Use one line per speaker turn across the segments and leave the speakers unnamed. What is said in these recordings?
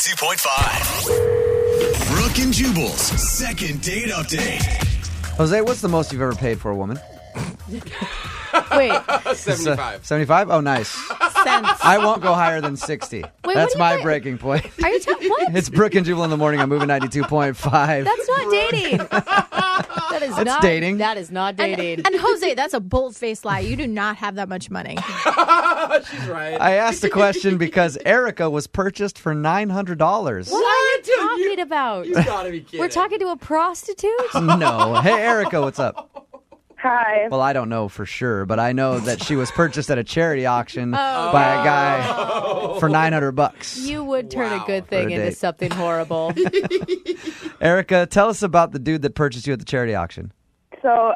92.5. Brooke and Jubal's second date update.
Jose, what's the most you've ever paid for a woman?
Wait,
Seventy-five. Seventy-five. Oh, nice.
sense.
I won't go higher than sixty.
what
That's
do you
my
mean?
breaking point.
Are you telling what?
It's Brooke and Jubal in the morning. I'm moving ninety-two point five.
That's not dating. that is
That's
not
dating.
That is not dating.
And, and Jose, that's a bold faced lie. You do not have that much money.
I asked the question because Erica was purchased for nine hundred dollars.
what are you talking about? You gotta be kidding. We're talking to a prostitute?
No. Hey, Erica, what's up?
Hi.
Well, I don't know for sure, but I know that she was purchased at a charity auction
Oh.
by a guy for nine hundred bucks.
You would turn a good
For
thing
a
into
date.
something horrible.
Erica, tell us about the dude that purchased you at the charity auction.
So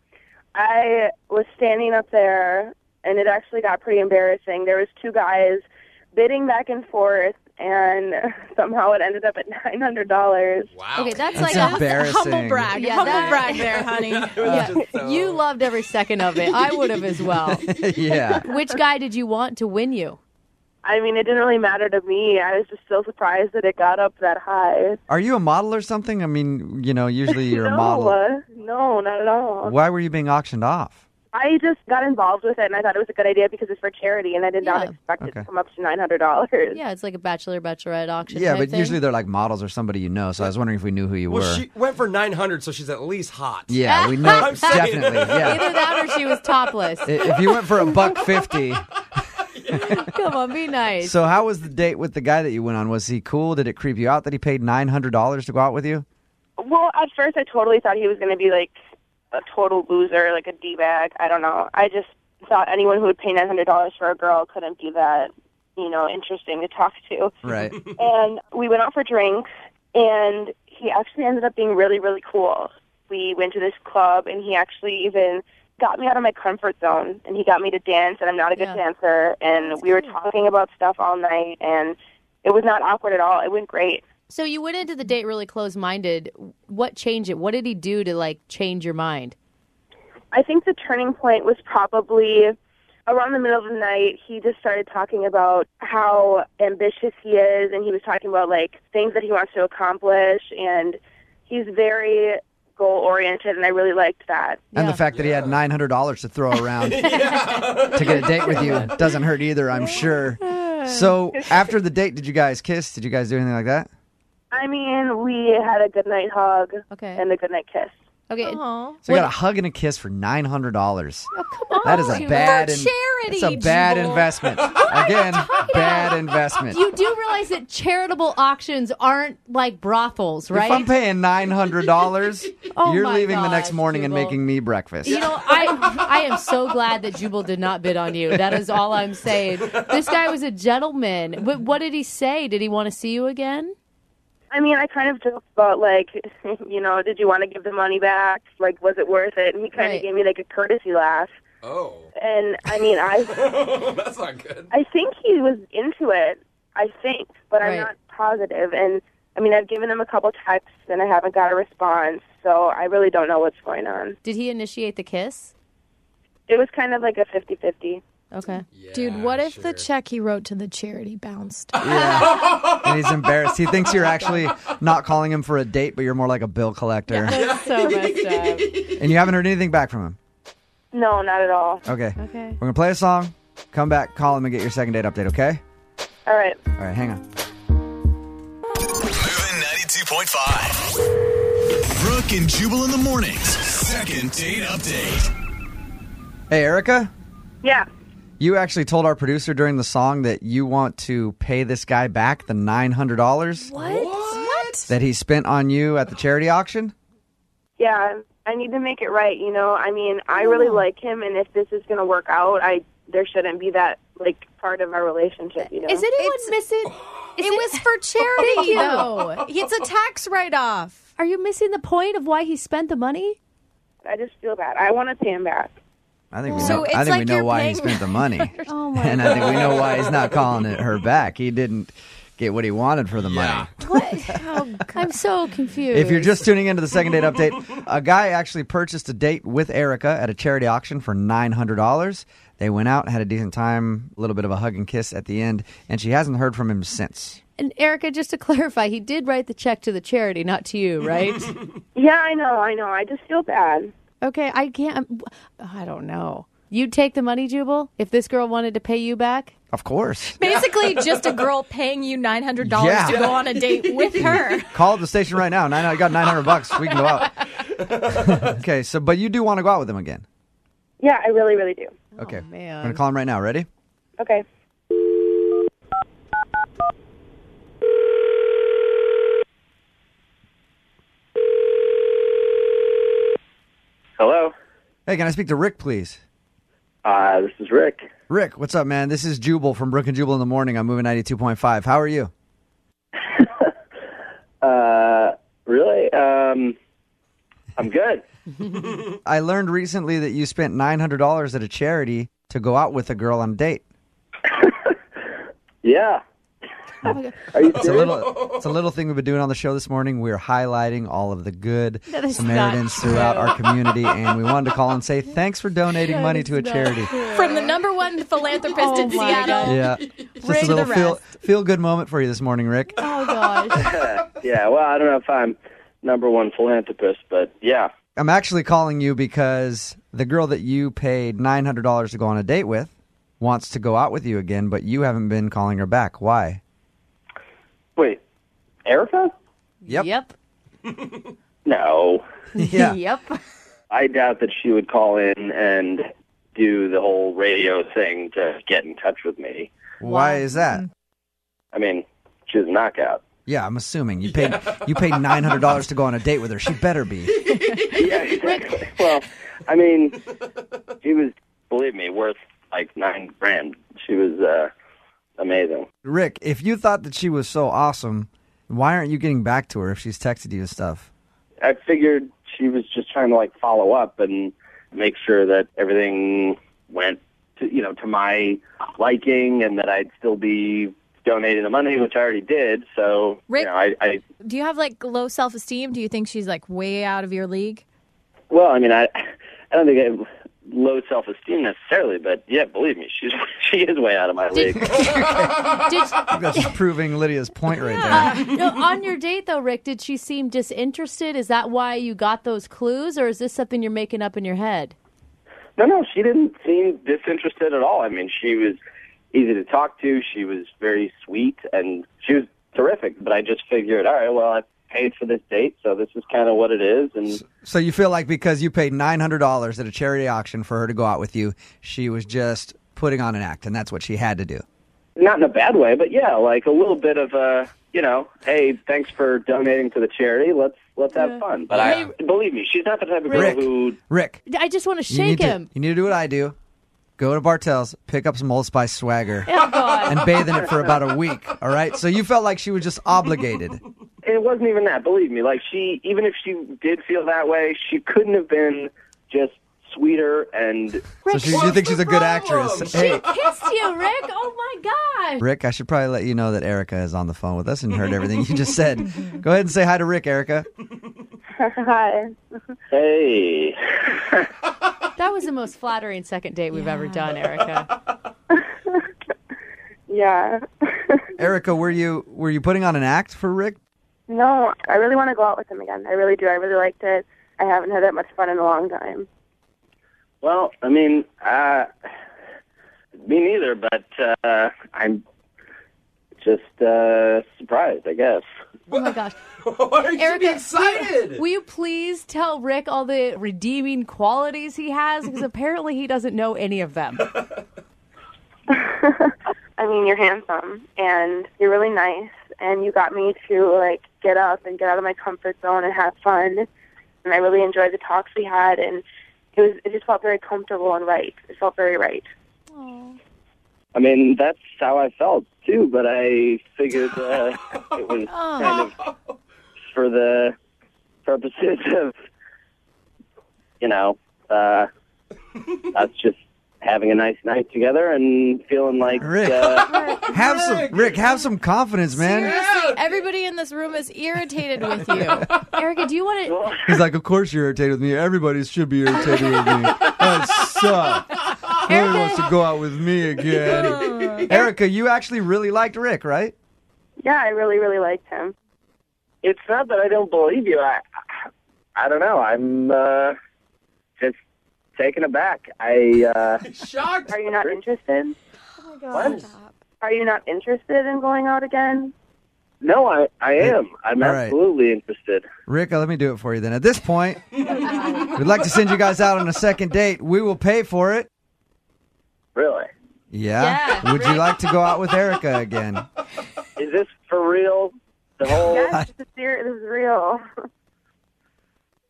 I was standing up there and it actually got pretty embarrassing. There was two guys bidding back and forth and somehow it ended up at $900.
okay, that's
That's
like a,
embarrassing.
Humble brag.
Yeah,
Humble
that-
brag there, honey.
yeah, you loved every second of it. I would have as well.
yeah.
Which guy did you want to win you?
I mean, it didn't really matter to me. I was just so surprised that it got up that high.
Are you a model or something? I mean, you know, usually you're
no,
a model.
uh, no, not at all.
Why were you being auctioned off?
I just got involved with it and I thought it was a good idea because it's for charity and I did not
Yeah.
expect it
Okay.
to come up to $900.
Yeah, it's like a bachelor, bachelorette auction.
yeah,
type
but
thing.
usually they're like models or somebody you know. So I was wondering if we knew who you
Well,
were.
she went for 900, so she's at least hot.
Yeah, we know
I'm saying.
definitely. Yeah.
Either that or she was topless.
I- if you went for a buck fifty,
Come on, be nice.
so how was the date with the guy that you went on? Was he cool? Did it creep you out that he paid nine hundred dollars to go out with you?
Well, at first I totally thought he was going to be like a total loser, like a d bag. I don't know. I just thought anyone who would pay nine hundred dollars for a girl couldn't be that, you know, interesting to talk to.
Right.
and we went out for drinks, and he actually ended up being really, really cool. We went to this club, and he actually even got me out of my comfort zone, and he got me to dance, and I'm not a good
Yeah.
dancer, and we were talking about stuff all night, and it was not awkward at all. It went great.
So you went into the date really close minded. What changed it? What did he do to like change your mind?
I think the turning point was probably around the middle of the night. He just started talking about how ambitious he is, and he was talking about like things that he wants to accomplish, and he's very goal oriented, and I really liked that.
And the
Yeah.
fact that he had nine hundred dollars to throw around to get a date with you doesn't hurt either, I'm sure. So after the date, did you guys kiss? Did you guys do anything like that?
I mean, we had a good night hug
Okay.
and a good night kiss.
Okay.
Aw.
So I got a hug and a kiss for nine hundred dollars.
Come on.
That is a
Jubal.
bad
For
in-
charity.
It's a bad
Jubal.
investment. Again, bad investment.
You do realize that charitable auctions aren't like brothels,
if
right?
I'm paying nine hundred dollars,
Oh
you're
my
leaving the next
gosh,
morning and
Jubal.
making me breakfast.
you know, I I am so glad that Jubal did not bid on you. That is all I'm saying. This guy was a gentleman. But what did he say? Did he want to see you again?
I mean, I kind of joked about like, you know, did you want to give the money back? Like, was it worth it? And he kind
Right.
of gave me like a courtesy laugh.
Oh,
And I mean, I
that's not good.
I think he was into it. I think, but
Right.
I'm not positive. And I mean, I've given him a couple texts and I haven't got a response, so I really don't know what's going on.
Did he initiate the kiss?
It was kind of like a fifty-fifty.
Okay.
Dude,
Yeah,
what if the
sure.
check he wrote to the charity bounced?
Yeah. and he's embarrassed. He thinks you're actually not calling him for a date, but you're more like a bill collector.
That's so messed up.
And you haven't heard anything back from him.
No, not at all.
Okay.
Okay.
We're gonna play a song. Come back, call him, and get your second date update. Okay.
All right.
All right. Hang on.
Moving 92.5. Brooke and Jubal in the mornings. Second date update.
Hey, Erica.
Yeah.
You actually told our producer during the song that you want to pay this guy back the nine hundred dollars
What?
that he spent on you at the charity auction.
Yeah. I need to make it right, you know. I mean, I really like him and if this is going to work out, I there shouldn't be that like part of our relationship, you know.
Is anyone missing?
It Oh. was for charity,
you.
though. It's a tax write off.
Are you missing the point of why he spent the money?
I just feel bad. I want to pay him back.
I think we know.
So it's
I think we
like
know
you're Oh
why he
paying-
spent the money, and I think we know why he's not calling it her back. He didn't get what he wanted for the money.
What? I'm so confused.
If you're just tuning into the second date update, a guy actually purchased a date with Erica at a charity auction for $900. They went out, had a decent time, a little bit of a hug and kiss at the end, and she hasn't heard from him since.
and Erica, just to clarify, he did write the check to the charity, not to you, right?
Yeah, I know, I know. I just feel bad.
okay, I can't. I'm, I don't know. You'd take the money, Jubal, if this girl wanted to pay you back.
Of course.
Basically, just a girl paying you nine hundred dollars
Yeah.
to go on a date with her.
Call the station right now. Nine, I got 900 bucks. We can go out. okay, so, but you do want to go out with him again.
Yeah, I really, really do.
Okay. I'm going
Oh, Man,
to call him right now. Ready?
Okay.
Hello.
Hey, can I speak to Rick, please?
Uh, this is Rick.
Rick, what's up, man? This is Jubal from Brook and Jubal in the Morning on Moving 92.5. How are you?
Uh, really? Um, I'm good.
I learned recently that you spent $900 at a charity to go out with a girl on a date.
Yeah. Are you serious?
It's a little, it's a little thing we've been doing on the show this morning. We're highlighting all of the good
is
Samaritans
not true.
throughout our community, and we wanted to call and say thanks for donating money
is
to a
not
charity.
From the number one philanthropist
Oh
in
my
Seattle.
God.
Yeah,
Bring
just a
the
little feel
rest.
feel good moment for you this morning, Rick.
oh gosh,
yeah. Well, I don't know if I'm number one philanthropist, but yeah.
I'm actually calling you because the girl that you paid $900 to go on a date with wants to go out with you again, but you haven't been calling her back. Why?
Wait, Erica?
Yep.
yep,
No,
Yeah.
yep.
I doubt that she would call in and do the whole radio thing to get in touch with me.
Why Mm-hmm. is that?
I mean, she's a knockout.
Yeah, I'm assuming you paid you paid nine hundred dollars to go on a date with her. She better be.
Yeah, exactly. well, I mean, she was, believe me, worth like nine grand. She was uh, amazing.
Rick, if you thought that she was so awesome, why aren't you getting back to her if she's texted you and stuff?
I figured she was just trying to like follow up and make sure that everything went to you know to my liking and that I'd still be donating the money, which I already did. So
Rick-
you know, I, I
Do you have like low self esteem? Do you think she's like way out of your league?
well, I mean, I I don't think I have low self esteem necessarily, but yeah, believe me, she's she is way out of my league.
Did,
That's proving Lydia's point right there.
no, on your date though, Rick, did she seem disinterested? Is that why you got those clues, or is this something you're making up in your head?
No, no, she didn't seem disinterested at all. I mean, she was easy to talk to. She was very sweet, and she was terrific. But I just figured, all right, well, I paid for this date, so this is kind of what it is. And
So you feel like because you paid nine hundred dollars at a charity auction for her to go out with you, she was just putting on an act, and that's what she had to do.
not in a bad way, but yeah, like a little bit of a, you know, hey, thanks for donating to the charity. Let's let's have fun. But I believe me, she's not the type of girl
Rick.
who.
Rick,
I just want to
you need
shake him.
to you need to do what I do. Go to Bartels, pick up some Old Spice swagger,
Oh God.
and bathe in it for about a week. All right. So you felt like she was just obligated.
It wasn't even that. Believe me, like she, even if she did feel that way, she couldn't have been just sweeter and
So she, you
What's
think
the
she's a good
problem?
actress? Hey,
Kissed you, Rick. Oh my God.
Rick, I should probably let you know that Erica is on the phone with us and heard everything you just said. Go ahead and say hi to Rick, Erica.
Hi.
hey.
That was the most flattering second date we've ever done, Erica. Oh
Yeah.
Erica, were you were you putting on an act for Rick?
no, I really want to go out with him again. I really do. I really liked it. I haven't had that much fun in a long time.
Well, I mean, uh, me neither, but uh, I'm just uh, surprised, I guess.
Oh my gosh.
Why are you
Erica,
excited?
Will you please tell Rick all the redeeming qualities he has? Because apparently he doesn't know any of them.
I mean, you're handsome and you're really nice, and you got me to like get up and get out of my comfort zone and have fun. And I really enjoyed the talks we had, and it was it just felt very comfortable and right. It felt very right.
I mean, that's how I felt too, but I figured uh, it was kind of for the purposes of, you know, uh, that's just having a nice night together and feeling like
Rick.
uh,
Have some Rick. Have some confidence, man.
Seriously, everybody in this room is irritated with you.
Erica, do you want to?
He's like, of course you're irritated with me. Everybody should be irritated with me. That sucks. Nobody wants to go out with me again. Erica, you actually really liked Rick, right?
Yeah, I really, really liked him.
it's not that I don't believe you. I I don't know. I'm uh, just taken aback. I uh,
Shocked.
Are you not interested?
What?
Are you not interested in going out again?
no, I I am. I'm
All right.
absolutely interested.
Rick, uh, let me do it for you then. At this point, we'd like to send you guys out on a second date. We will pay for it.
Really.
Yeah. Would you like to go out with Erica again?
Is this for real? The whole.
Yes, this is, ser- this is real.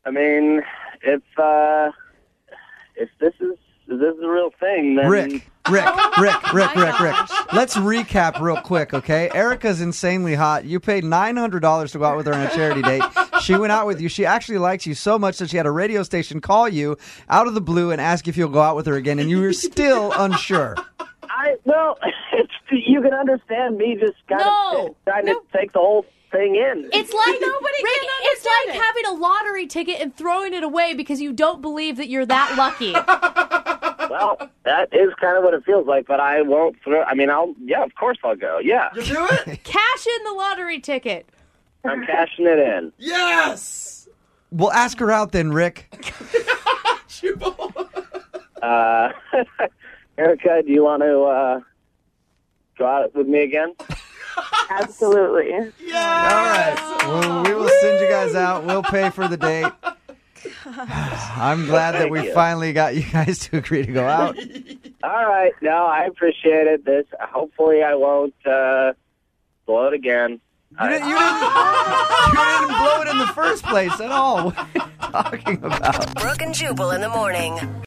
I mean, if uh, if this is if this is the real thing, then
Rick, Rick, Rick, Rick, Rick, Rick. Let's recap real quick, okay? Erica's insanely hot. You paid nine hundred dollars to go out with her on a charity date. She went out with you. She actually likes you so much that she had a radio station call you out of the blue and ask if you'll go out with her again, and you were still unsure.
I well, it's you can understand me just kind
No.
of trying to take the whole thing in.
It's like
Nobody
Rick,
can
It's
understand
like
it.
having a lottery ticket and throwing it away because you don't believe that you're that lucky.
well, that is kind of what it feels like, but I won't throw. I mean, I'll yeah, of course I'll go. Yeah,
You do it?
Cash in the lottery ticket.
I'm cashing it in.
yes.
We'll ask her out then, Rick.
Jubal.
Uh, Erica, do you want to uh, go out with me again?
Absolutely.
All right. Well, we will send you guys out. We'll pay for the date. I'm glad that we
Thank you.
finally got you guys to agree to go out.
All right, no, I appreciate it. This hopefully I won't uh, blow it again.
You didn't, you, didn't, you didn't blow it in the first place at all. What are you talking about?
Brooke and Jubal in the morning.